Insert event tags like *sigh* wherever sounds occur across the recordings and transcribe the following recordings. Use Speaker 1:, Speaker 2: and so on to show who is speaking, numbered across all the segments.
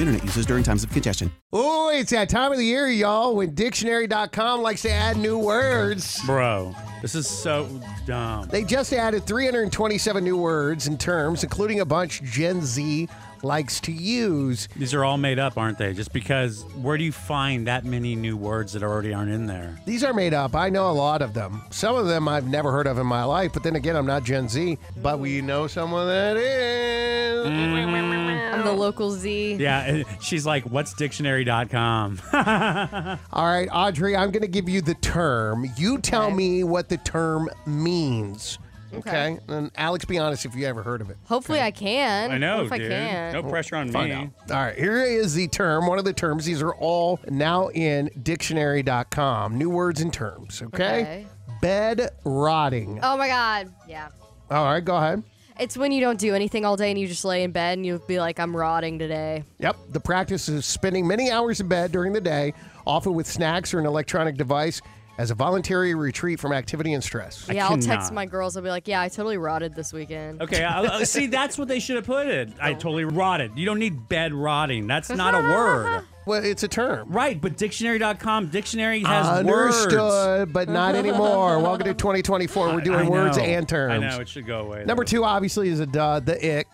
Speaker 1: internet users during times of congestion.
Speaker 2: Oh, it's that time of the year, y'all, when dictionary.com likes to add new words.
Speaker 3: Bro, this is so dumb.
Speaker 2: They just added 327 new words and terms, including a bunch Gen Z likes to use.
Speaker 3: These are all made up, aren't they? Just because where do you find that many new words that already aren't in there?
Speaker 2: These are made up. I know a lot of them. Some of them I've never heard of in my life, but then again, I'm not Gen Z. But we know someone that is.
Speaker 4: I'm the local Z.
Speaker 3: Yeah, *laughs* and she's like, what's dictionary.com?
Speaker 2: All right, Audrey, I'm going to give you the term. You tell me what the term means. Okay. And Alex, be honest if you ever heard of it.
Speaker 4: Hopefully I
Speaker 3: *laughs*
Speaker 4: can.
Speaker 3: I know,
Speaker 4: What if
Speaker 3: dude.
Speaker 4: I can't.
Speaker 3: No pressure on me.
Speaker 2: All right, here is the term. One of the terms. These are all now in dictionary.com. New words and terms, okay?
Speaker 4: Okay.
Speaker 2: Bed rotting.
Speaker 4: Oh my god. Yeah.
Speaker 2: All right, go ahead.
Speaker 4: It's when you don't do anything all day and you just lay in bed and you'll be like, I'm rotting today.
Speaker 2: Yep, the practice of spending many hours in bed during the day, often with snacks or an electronic device, as a voluntary retreat from activity and stress.
Speaker 4: yeah, I'll text
Speaker 3: cannot.
Speaker 4: my girls. I'll be like, Yeah, I totally rotted this weekend.
Speaker 3: Okay, I, I- see, that's what they should have put it. I totally rotted. You don't need bed rotting. That's not a
Speaker 4: *laughs*
Speaker 3: word.
Speaker 2: Well, it's a term.
Speaker 3: Right, but dictionary.com, dictionary has words.
Speaker 2: Understood, but
Speaker 3: *laughs*
Speaker 2: not anymore. Welcome to 2024. We're doing
Speaker 3: I
Speaker 2: words
Speaker 3: know.
Speaker 2: and terms.
Speaker 3: I know, it should go away.
Speaker 2: Number
Speaker 3: though.
Speaker 2: two, obviously, is a duh, the ick.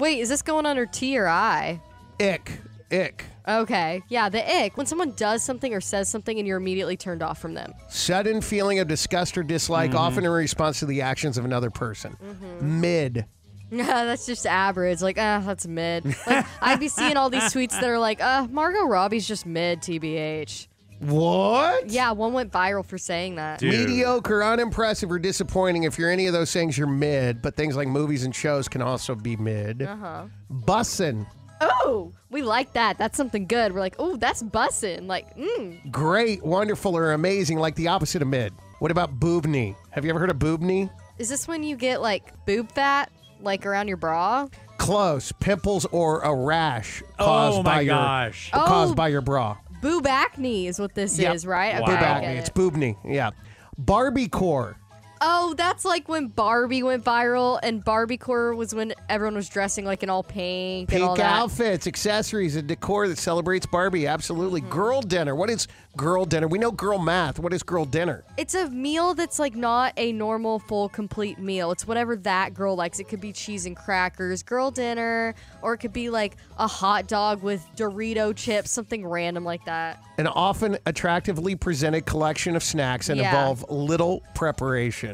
Speaker 4: Wait, is this going under T or I?
Speaker 2: Ick. Ick.
Speaker 4: Okay. Yeah, the ick. When someone does something or says something and you're immediately turned off from them. *laughs*
Speaker 2: Sudden feeling of disgust or dislike,
Speaker 3: Mm-hmm.
Speaker 2: often in response to the actions of another person.
Speaker 4: Mm-hmm.
Speaker 2: Mid.
Speaker 4: that's just average. Like, ah, that's mid.
Speaker 3: *laughs*
Speaker 4: Like, I'd be seeing all these tweets that are like, uh, Margot Robbie's just mid, TBH.
Speaker 2: What?
Speaker 4: Yeah, one went viral for saying that.
Speaker 3: Dude.
Speaker 2: Mediocre, unimpressive, or disappointing. If you're any of those things, you're mid. But things like movies and shows can also be mid. Uh-huh. Bussin'.
Speaker 4: Oh, we like that. That's something good. We're like, oh, that's bussin'. Like, mm.
Speaker 2: Great, wonderful, or amazing, like the opposite of mid. What about boobney? Have you ever heard of boobney?
Speaker 4: Is this when you get like boob fat, like around your bra?
Speaker 2: Close. Pimples or a rash caused
Speaker 3: Oh
Speaker 2: by
Speaker 3: my
Speaker 2: your
Speaker 3: gosh.
Speaker 4: Oh.
Speaker 2: caused by your bra.
Speaker 4: Boob acne is what this
Speaker 2: Yep.
Speaker 4: is, right?
Speaker 3: Wow.
Speaker 4: Okay, I
Speaker 2: Boob acne.
Speaker 4: get
Speaker 2: It's
Speaker 4: it.
Speaker 2: boobney. Yeah. Barbie core.
Speaker 4: Oh, that's like when Barbie went viral, and Barbie core was when everyone was dressing like in all pink and all
Speaker 2: Pink
Speaker 4: that.
Speaker 2: outfits, accessories, and decor that celebrates Barbie. Absolutely.
Speaker 4: Mm-hmm.
Speaker 2: Girl dinner. What is girl dinner? We know girl math. What is girl dinner?
Speaker 4: It's a meal that's like not a normal, full, complete meal. It's whatever that girl likes. It could be cheese and crackers, girl dinner, or it could be like a hot dog with Dorito chips, something random like that.
Speaker 2: An often attractively presented collection of snacks and
Speaker 4: Yeah.
Speaker 2: involve little preparation.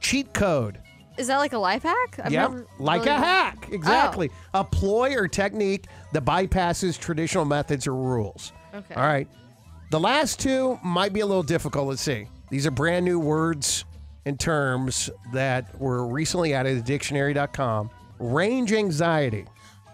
Speaker 2: Cheat code.
Speaker 4: Is that like a life hack? I've
Speaker 2: Yep.
Speaker 4: never
Speaker 2: Like
Speaker 4: really- Oh.
Speaker 2: a hack. Exactly. A ploy or technique that bypasses traditional methods or rules.
Speaker 4: Okay.
Speaker 2: All right. The last two might be a little difficult. Let's see. These are brand new words and terms that were recently added to dictionary.com. Range anxiety.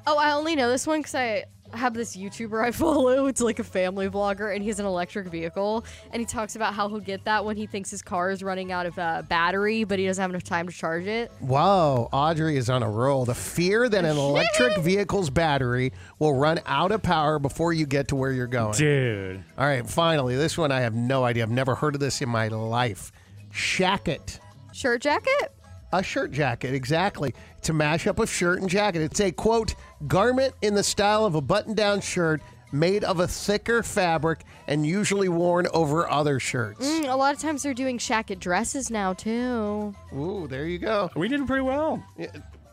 Speaker 4: Oh, I only know this one because I have this YouTuber I *laughs* follow. It's like a family vlogger, and he has an electric vehicle, and he talks about how he'll get that when he thinks his car is running out of uh, battery, but he doesn't have enough time to charge it.
Speaker 2: Whoa, Audrey is on a roll. The fear that an electric vehicle's battery will run out of power before you get to where you're going.
Speaker 3: Dude.
Speaker 2: All right, finally, this one I have no idea. I've never heard of this in my life. Shacket.
Speaker 4: Shirt jacket?
Speaker 2: A shirt jacket, exactly. It's a mashup of shirt and jacket. It's a quote, garment in the style of a button down shirt made of a thicker fabric and usually worn over other shirts.
Speaker 4: Mm, a lot of times they're doing shacket dresses now too.
Speaker 2: Ooh, there you go.
Speaker 3: We did pretty well.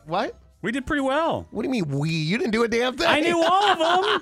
Speaker 2: What?
Speaker 3: We did pretty well.
Speaker 2: What do you mean we? You didn't do a damn thing.
Speaker 3: I knew all of them.